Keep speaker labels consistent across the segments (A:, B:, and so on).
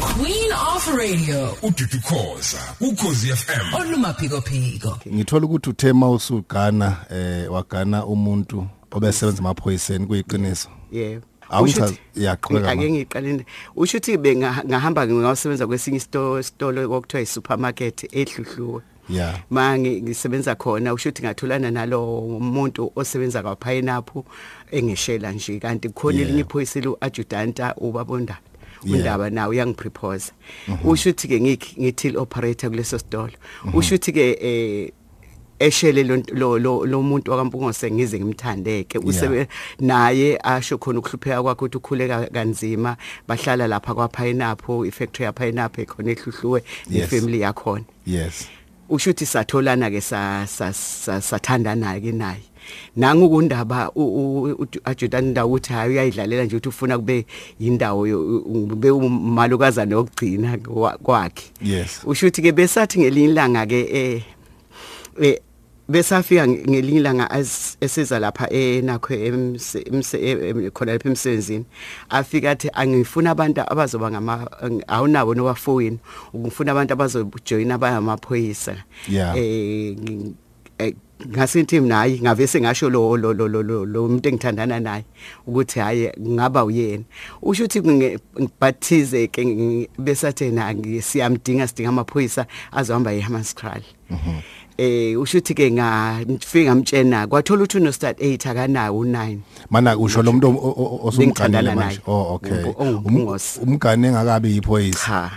A: Queen of Radio
B: udidukhoza ukhozi FM
A: olumaphiko phiko.
C: ngithola ukuthi uthe mawusugana eh wagana umuntu obesebenza emaphoyiseni kuyiqiniso
D: yebo
C: Awungichazi-
D: Usho ukuthi-
C: yaqhubeka
D: ake
C: ma.
D: ngiqaleni usho ukuthi bengahamba ngiyosebenza kwesinye isitolo isitolo okuthiwa i-supermarket ehluhluwe
C: yeah
D: ma ngi- ngisebenza khona usho ukuthi ngatholana nalo umuntu osebenza kwaphayinaphu engishela nje kanti kukhona
C: Yeah.
D: elinye iphoyisa lu-adjudanta ubabondaba
C: Yeah. Mhm.
D: undaba nawe uyangiprephosa usho ukuthi-ke ngithile operator kuleso sitolo usho ukuthi-ke um eshele lo- lo lo- lo muntu wakampungose ngize ngimthandeke
C: Yeah.
D: usebe naye asho khona ukuhlupheka kwakhe ukuthi ukhuleka kanzima bahlala lapha kwaphayinapho i-factory yaphayinapho ekhona ehluhluwe
C: Yes.
D: nefamily yakhona
C: yes
D: ushuthi satholana ke sa sa- sa- sathandana ke naye nangu kundaba ajudani ndawo uthi hayi uyayidlalela nje ukuthi ufuna kube indawo yo- kube umalukaza nokugcina kwa- kwakhe
C: Yes.
D: ushuthi ke besathi ngelinye ilanga ke eh eh, besafika nge- ngelinye ilanga as- esiza lapha enakho emse- emse- em- em- khona lapha emsebenzini afika athi angifuna abantu abazoba ngama ang- awunabo nobafowini ngifuna abantu abazojoyina abayamaphoyisa
C: Yeah.
D: eh ngi- eh, ngasinthi mina hayi ngavese ngasho lo lo lo lo- lo lo umuntu engithandana naye ukuthi hayi ngaba uyena usho ukuthi nginge- ngibhaptize ke ngi- besathena ngi- siyamdinga sidinga amaphoyisa azohamba eHammerskraal eh usho ukuthi ke ngafika mtshena kwathola ukuthi uno start 8 akanawo 9
C: mana usho lo muntu o- o- o- osumganele
D: Bengithandana
C: manje
D: naye.
C: oh okay
D: Umpu-
C: Um-
D: ongumphungosi.
C: umgane engakabi yiphoyisa
D: cha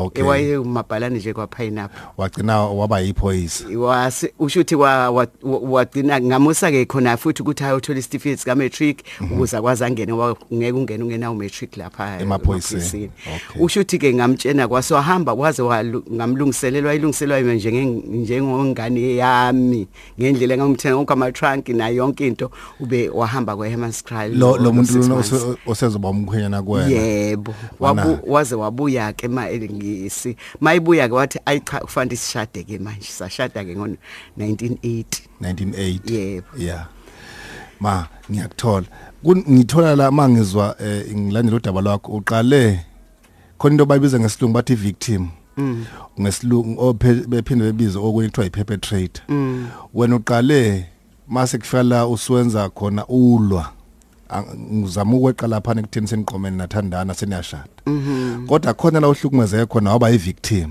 C: okay
D: ewaye Eh, umabhalane nje kwaphayinapho
C: wagcina waba yiphoyisa
D: wase ushuthi wa wa- wa- wagcina ngamusa ke khona futhi ukuthi ayothola isitifiketi sika matric
C: Mhm.
D: ukuze akwazi angene wa- ngeke ungene ungenawo matric lapha eh,
C: Emaphoyiseni.
D: emaphoyiseni.
C: Okay.
D: ushuthi ke ngamtshena kwaso wahamba kwaze walu- ngamlungiselelwa ilungiselwa yena njenge njengongane yami ngendlela ngamthena konke ama trunk na yonke into ube wahamba kweHammerskraal
C: lo lo muntu
D: six
C: lona
D: months.
C: ose- osezoba umkhwenyana kwena
D: yebo
C: Wana-
D: wabu waze wabuya ke ma elingisi mayibuya ke wathi ayi cha kufanele sishade ke manje sashada ke ngo 1980
C: 1980
D: Yebo.
C: yeah ma ngiyakuthola Kun- ngithola la mangizwa eh, ngilandela udaba lwakho uqale khona into bayibiza ngesilungu bathi victim ngesilungu ophe- bephinde bebize okunye kuthiwa i-perpetrator wena uqale mase kufika la usiwenza khona ulwa Ang- ngizama ukweqa laphana ekutheni seniqomene nathandana seniyashada kodwa khona la uhlukumezeke khona waba yi-victim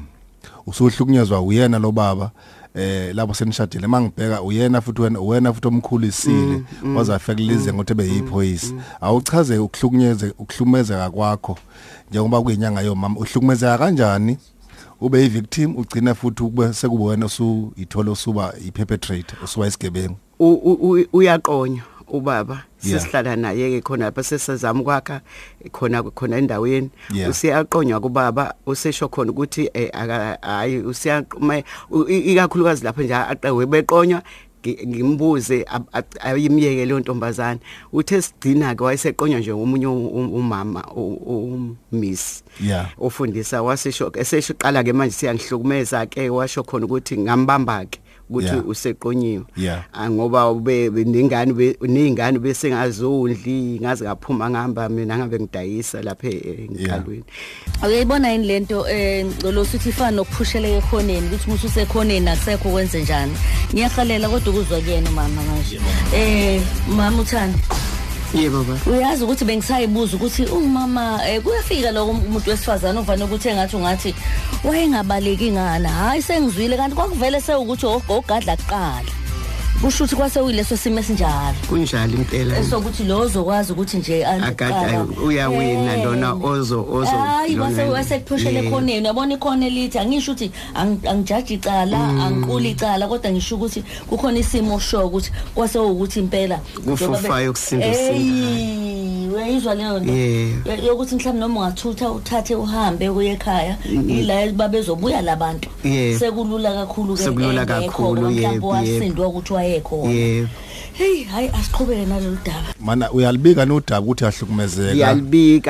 C: usuhlukunyezwa uyena lo baba eh lapho senishadile mangibheka uyena futhi wena uyena futhi
D: Mm,
C: omkhulisile wazafekelize ngothi beyiphoyisa awuchaze ukuhlukunyeze ukuhlumezeka kwakho njengoba kuyinyanga yomama uhlukumezeka kanjani ube yi-victim ugcina futhi ube sekube wena osuyithola osuba i-perpetrator osuba isigebengu
D: U- u- u- uyaqonywa ubaba
C: Yeah.
D: sesihlala naye ke khona lapha sesizama kwakha khona khona endaweni
C: Yeah.
D: usiyaqonywa kubaba usesho khona ukuthi eh, aka- hayi usiyaqoma ikakhulukazi lapho nje aqewe beqonywa ngi- ngimbuze ab- ab- ayimyeke leyo ntombazana uthe sigcina ke wayeseqonywa nje omunye u- u- umama umiss
C: Yeah.
D: ofundisa wasesho esesho qala ke manje siyangihlukumeza ke washo khona ukuthi ngambamba ke ukuthi
C: Yeah.
D: useqonyiwe
C: Yeah.
D: Ah, ngoba ube ningane ningane bese ngazondli ngaze ngaphuma ngihamba mina ngabe ngidayisa lapha eh, ngikalweni
E: Uyayibona yini lento eh ngicolosa ukuthi ifana nokuphushele ekhoneni ukuthi musu sekhoneni akusekho kwenze njani. Ngiyahalela kodwa ukuzwa kuyena mama manje. Eh mama uthandi
D: yebo baba
E: uyazi ukuthi bengisayibuza ukuthi umama eh, kuyafika lokho umuntu wesifazane uvane ukuthi engathi ungathi wayengabaleki ngana hhayi sengizwile kanti kwakuvele sewukuthi og- ogadla kuqala kusho ukuthi kwasewuyileso simo esinjalo
D: kunjalo impela
E: sokuthi lo ozokwazi ukuthi nje anti
D: Agada,
E: kuqala.
D: uyawina
E: Eh.
D: lona ozo- ozo-
E: Hhayi,
D: lona-
E: wase- wasekuphushela
D: Eh.
E: ekhoneni uyabona ikhono elithi angisho ukuthi ang- angijaji icala
D: Hmm.
E: angiquli icala kodwa ngisho ukuthi kukhona isimo sho ukuthi kwasewukuthi impela njengoba be-
D: Kufufayo kusinda
E: Eyi, uyayizwa leyo nto
D: Yebo.
E: Yo- yokuthi mhlawumbe noma ungathutha uthathe uhambe kuye ekhaya ila babezobuya labantu
D: Yebo.
E: sekulula kakhulu
D: Sekulula kakhulu, yebo, yebo.
E: wasindwa ukuthi wayekhona
D: Yebo.
E: hey hayi asiqhubeke nalolu daba
C: mana uyalibika nodaba ukuthi ahlukumezeka
D: ngiyalibika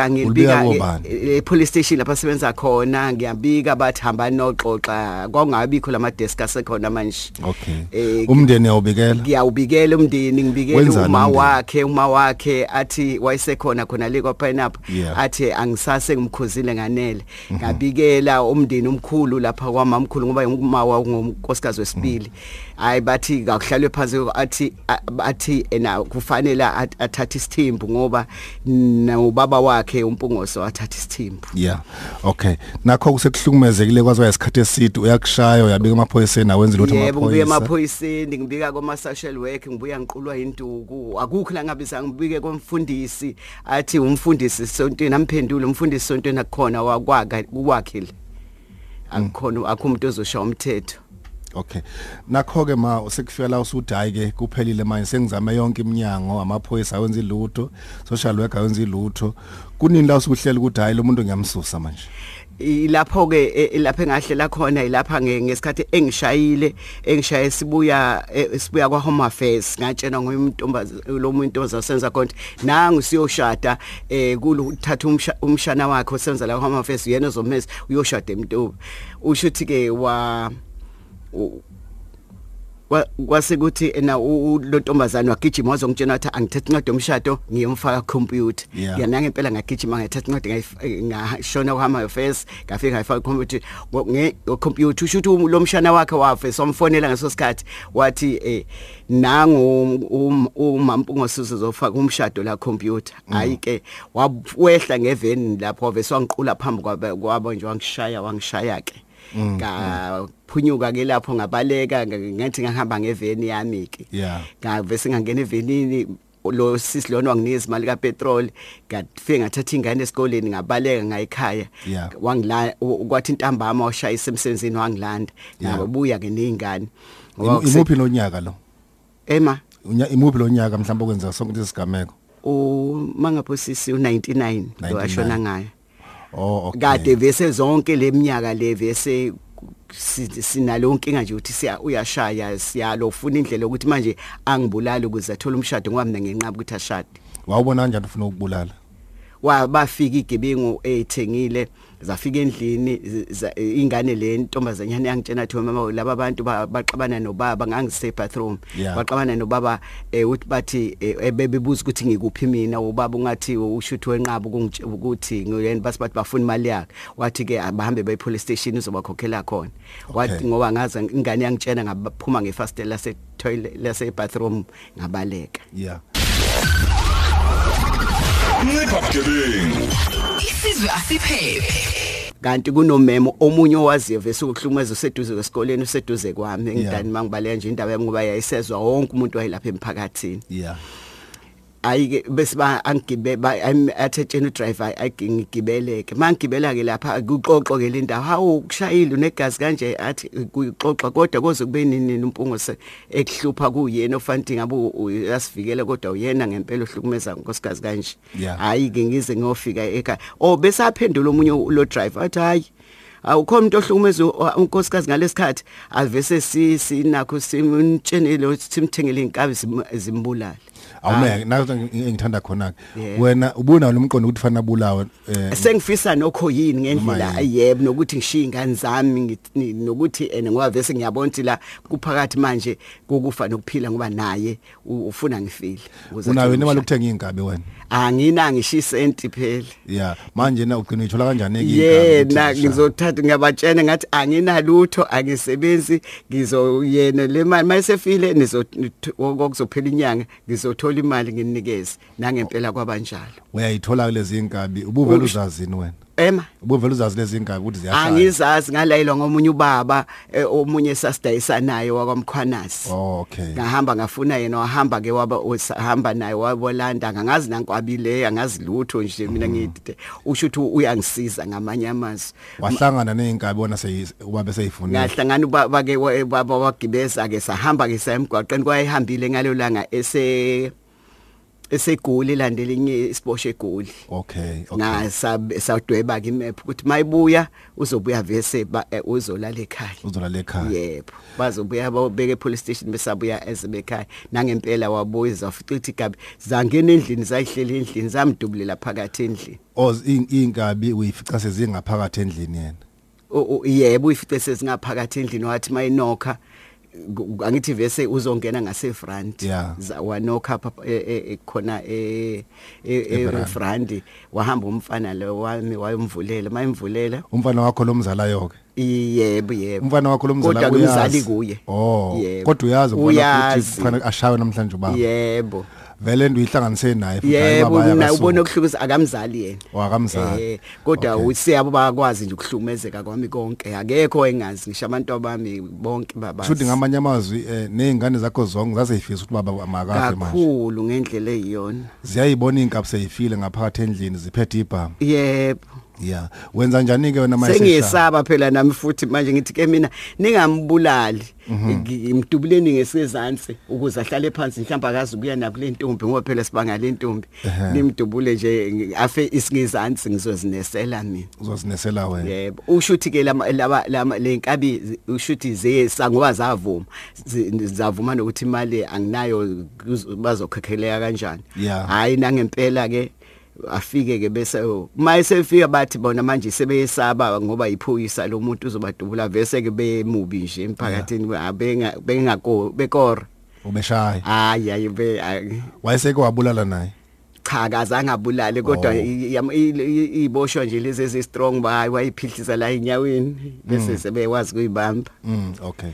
C: Ulibika
D: ngilibika
C: kobani?
D: e police station lapha sebenza khona ngiyabika bathamba noxoxa kwangabikho lama desk asekhona manje
C: okay
D: Eh,
C: umndeni uyawubikela
D: ngiyawubikela umndeni ngibikela
C: Wenzani
D: uma
C: umndeni?
D: wakhe uma wakhe athi wayesekhona khona le kwa pineapple
C: Yeah.
D: athi angisase ngimkhuzile nganele ngabikela umndeni omkhulu lapha kwamamkhulu ngoba uma ngumkosikazi wesibili hayi bathi akuhlalwe phansi athi a- athi ena kufanele at- athathe isithimbu ngoba nobaba wakhe umpungoso athathe isithimbu
C: yeah okay nakho kusekuhlukumezekile kwaze kwayisikhathi eside uyakushaya uyabika emaphoyiseni awenze lutho
D: yebo ngibuye
C: amaphoyisa
D: emaphoyiseni ngibika kuma-social work ngibuya ngiqulwa yinduku akukho la ngabiza ngibike komfundisi athi umfundisi sontweni amphendule umfundisi sontweni akukhona wa- kwaka- kwakhe le akukhona akho umuntu ozoshaya umthetho
C: okay nakho ke ma usekufika la usuthi hayi ke kuphelile manje sengizame yonke iminyango amaphoyisa awenze lutho social worker awenze lutho kunini la usukuhlela ukuthi hayi lo muntu ngiyamsusa manje
D: lapho ke lapha engahlela e, khona ilapha nge- ngesikhathi engishayile engishaye sibuya eh, sibuya kwa home affairs ngatshena ngomntombazi lo muntu ozasenza konke nangu siyoshada eh kuluthatha umsha- umshana wakhe osenza la home affairs yena ozomesa uyoshada emntuba usho ukuthi ke wa u- wa- kwasekuthi ena u- u- lo ntombazane wagijima wazongitshena wathi angithethe incwadi yomshado ngiyomfaka computer
C: Yeah.
D: yena ngempela ngagijima ngethatha incwadi ngayi- ngashona kuhamba yofesi ngafika ngayifaka ikhompyutha ngekhompyutha usho ukuthi um- lo mshana wakhe wafe somfonela ngeso sikhathi wathi um nangu umampungosuze uzofaka umshado la khompyutha hhayi ke wehla ngeveni lapho wavese wangiqula phambi kwaba- kwabo nje wangishaya wangishaya ke ngaphunyuka ke lapho ngabaleka ng- ngathi ngahamba ngeveni yami ke
C: Yeah.
D: ngavese ngangena evenini lo sisi lona wanginika imali kapetrol ngafike ngathatha ingane esikoleni ngabaleka ngayikhaya
C: Yeah.
D: wangila u- kwathi intambama washayisa emsebenzini wangilanda
C: Yeah.
D: ngabuya ke neingane
C: Imu- imuphi lo nyaka lo
D: ema
C: Unya- imuphi lo nyaka mhlawumbe okwenzeka sonke lesi sigameko
D: u mangaphosisi u99 lo
C: 99.
D: ashona ngayo
C: oh okay
D: kade vese zonke leminyaka le vese sinalo nkinga nje ukuthi siya uyashaya siyalo ufuna indlela ukuthi manje angibulali ukuze athole umshado ngoba mina ngenqaba ukuthi ashade
C: wawubona kanjani ufuna ukubulala
D: wabafika igebengu ezithengile zafika endlini zi- za- ingane le ntombazanyana yangitshena athi mama laba bantu ba- baxabana nobaba ngangise bathroom
C: Yeah.
D: baxabana nobaba eh, uthi bathi eh, eh, bebebuza ukuthi ngikuphi mina ubaba ungathi ushuthi wenqaba ukungitshela ukuthi ngiyena basi bathi bafuna imali yakhe wathi ke abahambe baye police station uzobakhokhela khona wathi
C: Okay.
D: ngoba ngaza ingane yangitshena ngaphuma ngefasitela lase toilet lase bathroom ngabaleka
C: yeah
B: Ncipha bugebengu.
A: Isizwe asiphephe.
D: kanti kunomemo omunye owaziyo vese ukuhlumeza useduze kwesikoleni useduze kwami engidani
C: Yeah.
D: mangibalela nje indaba yami ngoba yayisezwa wonke umuntu wayelapha emphakathini
C: yeah
D: hayi ke bese ba angigibe athetshena udriver ayigibeleke mangigibela ke lapha kuxoxo ke le ndawo hawu kushayile unegazi kanje athi kuyixoxa kodwa koze kube nini umpungo ekuhlupha kuyena ofanti ngabe u- u- uyasivikela kodwa uyena ngempela ohlukumeza nkosikazi kanje
C: Yeah.
D: hayi ke ngize ngiyofika ekhaya oh bese aphendula omunye u- lo driver athi hayi awukho umuntu ohlukumeza u- unkosikazi ngalesikhathi avese sinakho simtshenile ukuthi simthengele inkabi sim- zimbulale
C: awumeke nazo engithanda khona ke
D: Ah. Yeah.
C: wena ubona lo mqondo ukuthi fanele abulawe eh,
D: sengifisa nokho yini
C: Noma
D: ngendlela
C: yini.
D: yebo nokuthi ngishiye ingane zami ngithi- ni- nokuthi ene ngoba vese ngiyabona ukuthi la kuphakathi manje kokufa nokuphila ngoba naye u- ufuna ngifile ukuze
C: unayo
D: athole
C: yini imali
D: umshado.
C: yokuthenga iy'nkabi wena
D: angina ngishisa enti phela
C: ya manje na ugcina uyithola kanjani
D: yena ngizothatha ngiyabatshena ngathi anginalutho angisebenzi ngizoyena le mali mayesefile nizokuzophela inyanga ngizothola imali nginikeze nangempela kwabanjalo
C: uyayithola kulezi nkabi ubuvele uzazini wena
D: ema
C: ubuvele uzazi lezi nkabi ukuthi ziyashaya
D: angizazi ngalayelwa ngomunye ubaba eh, omunye sasidayisa naye wakwamkhwanazi
C: oh okay
D: ngahamba ngafuna yena wahamba ke waba uhamba naye wabolanda angazi nankwabile angazi lutho nje
C: Mm.
D: mina ngidide usho ukuthi uyangisiza ngamanye amazwi
C: Mm. wahlangana ney'nkabi wona seyi- ubabe seyifunile
D: ngahlangana ubaba ke wa- ubaba wagibeza ke sahamba ke saya emgwaqeni kwayihambile ngalolanga ese esegoli ilandele inye isibosho egoli
C: okay okay
D: na sab- sadweba ke imap ukuthi mayibuya uzobuya vese ba- eh, uzolala ekhaya
C: uzolala ekhaya
D: yebo bazobuya bawubeka epolice station besabuya ezebekhaya nangempela wabuya zafica ukuthi gabi zangena endlini zayihlela endlini zamdubulela phakathi endlini
C: oz inkabi Oh, uyifica sezingaphakathi endlini yena
D: U- u- yebo uyifice sezingaphakathi endlini wathi mayinokha gu- angithi vese uzongena ngase front
C: Yeah.
D: Za- wanokha phapha- e- e- e- khona e- e- e-
C: Everandi.
D: front wahamba umfana lo wami wayemvulela mayimvulela
C: umfana wakho lomzalayo ke
D: yebo yebo
C: umfana wakho lomzalayo
D: Kodwa-ke umzali kuye
C: oh
D: Yebo.
C: kodwa uyazi ubona ukuthi
D: Uyazi.
C: kufanele ashawe namhlanje ubaba
D: yebo
C: vele nduyihlanganise naye futhi hayi
D: yebo
C: baba
D: na
C: yakasuka.
D: ubona okuhlukuza akamzali yena
C: Wakamzali.
D: Eh, kodwa
C: Okay.
D: usiyabo bakwazi nje ukuhlumezeka kwami konke akekho engazi ngisho abantu abami bonke babazi
C: shuthi ngamanye amazwi eh, ney'ngane zakho zonke zaseyifisa ukuthi baba makafe manje
D: kakhulu ngendlela eyiyona
C: ziyayibona iy'nkabi seyifile ngaphakathi endlini ziphethe ibhamu
D: yebo
C: ya wenza njani-ke wena manje
D: sengiyesaba phela nami futhi manje ngithi ke mina ningambulali
C: Mhm.
D: Ngi- ngimdubuleni ngesezantsi ukuze ahlale phansi mhlawumbe akazi ukuya nakule ntombi ngoba phela sibanga le ntombi
C: Ehhe.
D: nimdubule nje ngi- afe isingezantsi ngizozinesela mina
C: uzozinesela wena
D: yebo usho ukuthi ke lama laba lama lenkabi usho ukuthi ziyesa ngoba zavuma zi- zavuma nokuthi imali anginayo kuzo- bazokhokheleka kanjani
C: Yeah.
D: hayi nangempela ke afike ke bese uma esefika bathi bona manje sebeyesaba ngoba iphoyisa lo muntu uzobadubula vese ke bemubi nje emphakathini abenga bengako bekora
C: ubeshaye
D: hayi hayi be hayi.
C: wayeseke wabulala naye
D: cha akazange abulale kodwa
C: Oh.
D: i- yam- i- i- iboshwa nje lezi ezistrong bayi wayiphihlisa la enyaweni bese sebekwazi kuyibamba
C: mm, okay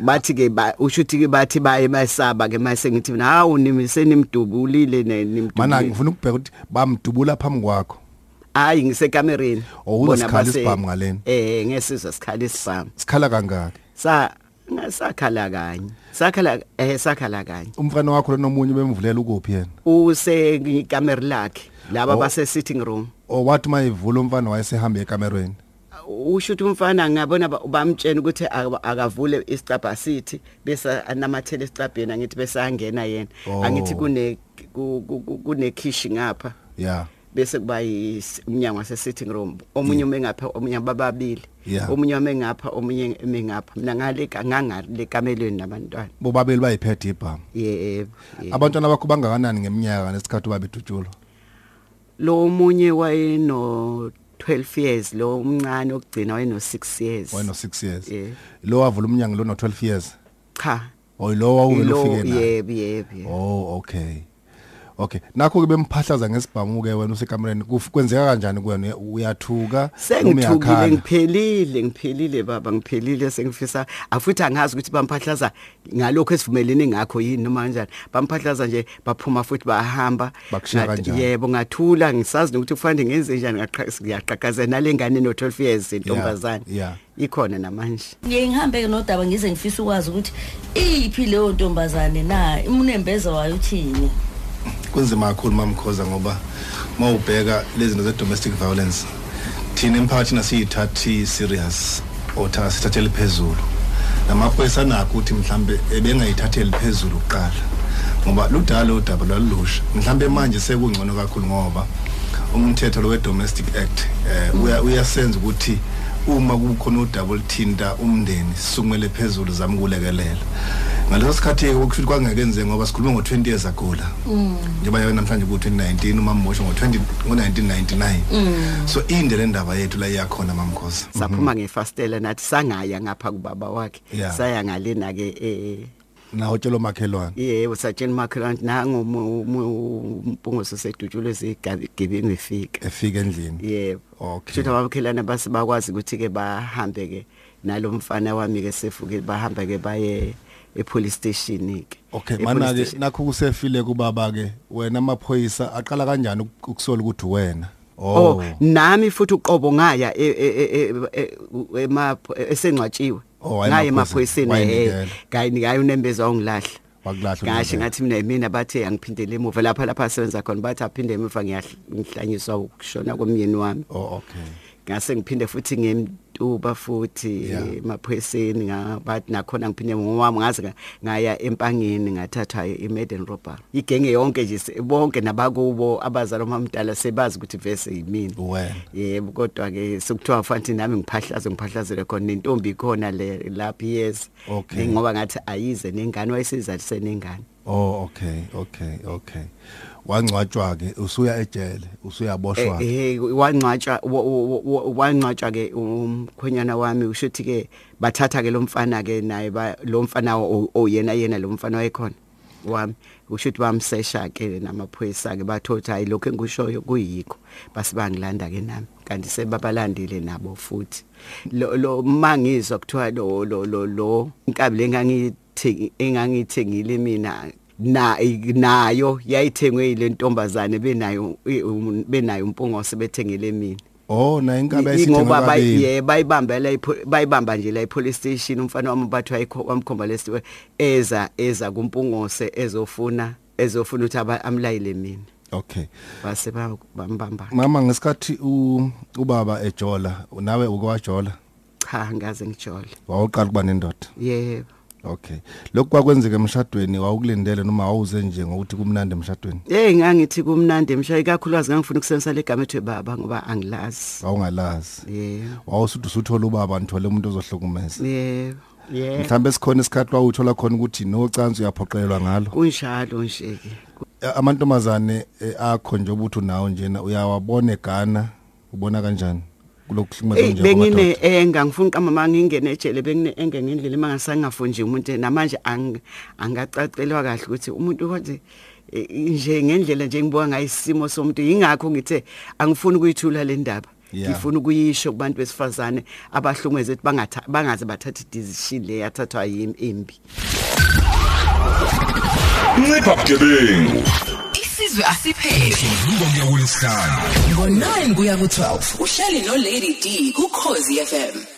D: bathi ke usho ukuthi ke bathi baye bayesaba ke mase ngithi mina hawu nimi senimdubulile ne-
C: mana
D: nimdubulile
C: ngifuna ukubheka ukuthi bamdubula phambi kwakho
D: hayi ngisekamereni
C: Oh, kuzo sikhala isibhamu ngalena.
D: eh ngesizwe sikhala isibhamu
C: sikhala kangaki
D: sa nga- sakhala kanye sakhala eh sakhala kanye
C: umfana wakho lenomunye bemvulela ukuphi yena
D: use ikamera lakhe laba
C: Oh.
D: base sitting room
C: or wathi uma ivula umfana wayesehambe ekamerweni
D: usho ukuthi umfana ngabona ba- bamtshena ukuthi aka- akavule isicabha sithi bese anamathele esicabheni angithi bese angena yena
C: Oh.
D: angithi kune ku- ku- ku- kunekhishi ngapha
C: ya
D: bese kuba yis- umnyango wase-sitting room omunye ume ngapha omunye bababili
C: Yeah.
D: omunye ume ngapha omunye ume ngapha mina ngale ka- ngangale kamelweni nabantwana
C: bobabili bayiphethe ibhamu
D: yebo yebo.
C: abantwana bakho bangakanani ngeminyaka nesikhathi ubabedutshulwa
D: lo omunye wayeno 12 years lo omncane okugcina wayeno 6 years
C: wayeno-six years
D: Yeah.
C: lo wavula umnyango lo no-twelve years
D: cha
C: or lo wawuvele
D: Ilo-
C: ufike naye
D: yebo yebo yebo
C: oh okay okay nakho-ke bemphahlaza ngesibhamu-ke wena usekamereni Kuf- kwenzeka kanjani kuwena uyathuka noma
D: sengithukile
C: uyakhala?
D: ngiphelile ngiphelile baba ngiphelile sengifisa afuthi angazi ukuthi bamphahlaza ngalokho esivumelene ngakho yini noma kanjani bamphahlaza nje baphuma futhi bahamba
C: Bakushiya
D: Ngathi-
C: kanjani?
D: yebo ngathula ngisazi nokuthi kufanele ngenze njani ngiyaqhaqhazela nale ngane no-12 years
C: yeah.
D: intombazane ikhona namanje
E: ngihambe ke nodaba ngize ngifisa ukwazi ukuthi iphi leyo ntombazane na imnembeza wayo uthini
C: kunzima kakhulu mamkhoza ngoba uma ubheka lezi zinto ze-domestic violence thina emphakathini asiyithathi serious or tha- asithatheli phezulu namaphoyisa nakho ukuthi mhlambe ebengayithatheli phezulu kuqala ngoba ludala udaba lwalulusha mhlambe manje sekungcono kakhulu ngoba umthetho lo we-domestic act um uyasenza ukuthi uma kukhona udaba oluthinta umndeni sisukumele phezulu zame ukulekelela ngaleso sikhathi ukuthi kwangekenzeki ngoba sikhuluma ngo-20 years ago la
D: Mm.
C: njengoba yona namhlanje ku-2019 umamosho ngo-20 ngo-1999
D: Mm.
C: so inde le ndaba yethu la iyakhona mamkhoza
D: saphuma ngefastela nathi sangaya ngapha kubaba wakhe
C: Yeah.
D: saya ngalena ke eh
C: nawo tshela omakhelwane
D: yebo satshela umakhelwane nango umu- umu- umpungoso sedutshulwe zigebengu efika
C: efika endlini
D: yebo
C: okay
D: shutho abakhelwane base bakwazi ukuthi ke bahambe ke nalomfana wami ke sefuke bahambe ke baye epolice station ke
C: okay
D: E-police
C: mana-ke
D: station.
C: nakho kusefile kubaba-ke wena amaphoyisa aqala kanjani uk- ukusola ukuthi wena
D: oh
C: oh
D: nami futhi uqobo ngaya e- e- e- e- e- ema- esengcwatshiwe
C: Oh, waya
D: ngaya
C: emaphoyiseni.
D: emaphoyiseni eh
C: Wayinikela.
D: ngayini ngayo unembeza wangilahla
C: Wakulahla uNembeza.
D: ngasho ngathi mina mina bathe angiphindele emuva lapha lapha asebenza khona bathi aphinde emuva ngiyahl- ngihlanyiswa ukushona komyeni wami
C: oh okay
D: ngase ngiphinde futhi ngem eNtuba futhi
C: Yeah.
D: emaphoyiseni ngabathi nakhona ngiphinde ngowami ngaze nga- ngaya empangeni ngathatha i-maiden robber igenge yonke nje se- bonke nabakubo abazali omamdala sebazi ukuthi vese yimini
C: Uwe.
D: yebo kodwa ke sekuthiwa fanti nami ngiphahlaze ngiphahlazele khona nentombi ikhona le lapha yes
C: Okay.
D: ngoba ngathi ayize nengane wayesizalise nengane
C: Oh okay okay okay. Wangcwatshwa ke usuya ejele, usuyaboshwa.
D: eh wangcwatshwa wa- wa- wa- wangcwatshwa ke umkhwenyana wami ushuthi ke bathatha ke lo mfana ke naye ba- lo mfana o- oyena yena lo mfana wayekhona wami ushuthi bamsesha ke namaphoyisa ke bathotha hayi lokho engishoyo kuyikho basibangilanda ke nami kanti sebabalandile nabo futhi lo lo mangizwa kuthiwa lo lo lo lo inkabi lengangithi engangithengile mina na nayo yayithengwe ile ntombazane benayo i- um- benayo umpungo sebethengele mina
C: Oh na inkabe
D: Ingoba bay-
C: ayisithengakabili.
D: yeah, bayibamba la ipho- bayibamba nje la police station umfana wami bathi wayikho- wamkhomba lesiwe eza eza kumpungose ezofuna ezofuna ukuthi aba- amlayile mina
C: Okay.
D: base ba- bambamba
C: Mama ngesikhathi u ubaba ejola, nawe ukwajola,
D: cha ngaze ngijole
C: wawuqala kuba nendoda.
D: yebo
C: Okay. Lokhu kwakwenzeka emshadweni wawukulindele noma wawuze nje ngokuthi kumnandi emshadweni.
D: hey ngangithi kumnandi emshayi kakhulukazi ngangifuna ukusebenzisa legama ethi baba ngoba angilazi
C: Wawungalazi.
D: yebo
C: Wawusuthi usuthola ubaba nithole umuntu ozohlukumeza.
D: yebo yebo
C: Mhlambe sikhona isikhathi wawuthola khona ukuthi nocansi uyaphoqelelwa ngalo.
D: kunjalo nje ke
C: amantombazane eh, akho nje obuthi nawo njena uyawabona egana ubona kanjani kulokuhlukumeza
D: Ey
C: nje
D: bengine eh,
C: amadoda
D: enga ngifuna kama mangingene ejele bengine enga ngendlela mangasangafundi nje umuntu eh, namanje ang- angacacelwa kahle ukuthi umuntu kodwa eh, nje ngendlela nje ngibuka ngayisimo somuntu ingakho ngithe angifuni ukuyithula le ndaba
C: Yeah.
D: ngifuna ukuyisho kubantu besifazane abahlungweze ukuthi bangatha- bangaze bathatha idecision le yathathwa yimi embi
B: ncipha bugebengu
A: Isizwe asipheli.
B: zuka kuya kulesihlanu
A: Ngo9 kuya ku12. Uhleli no Lady D kukhozi FM.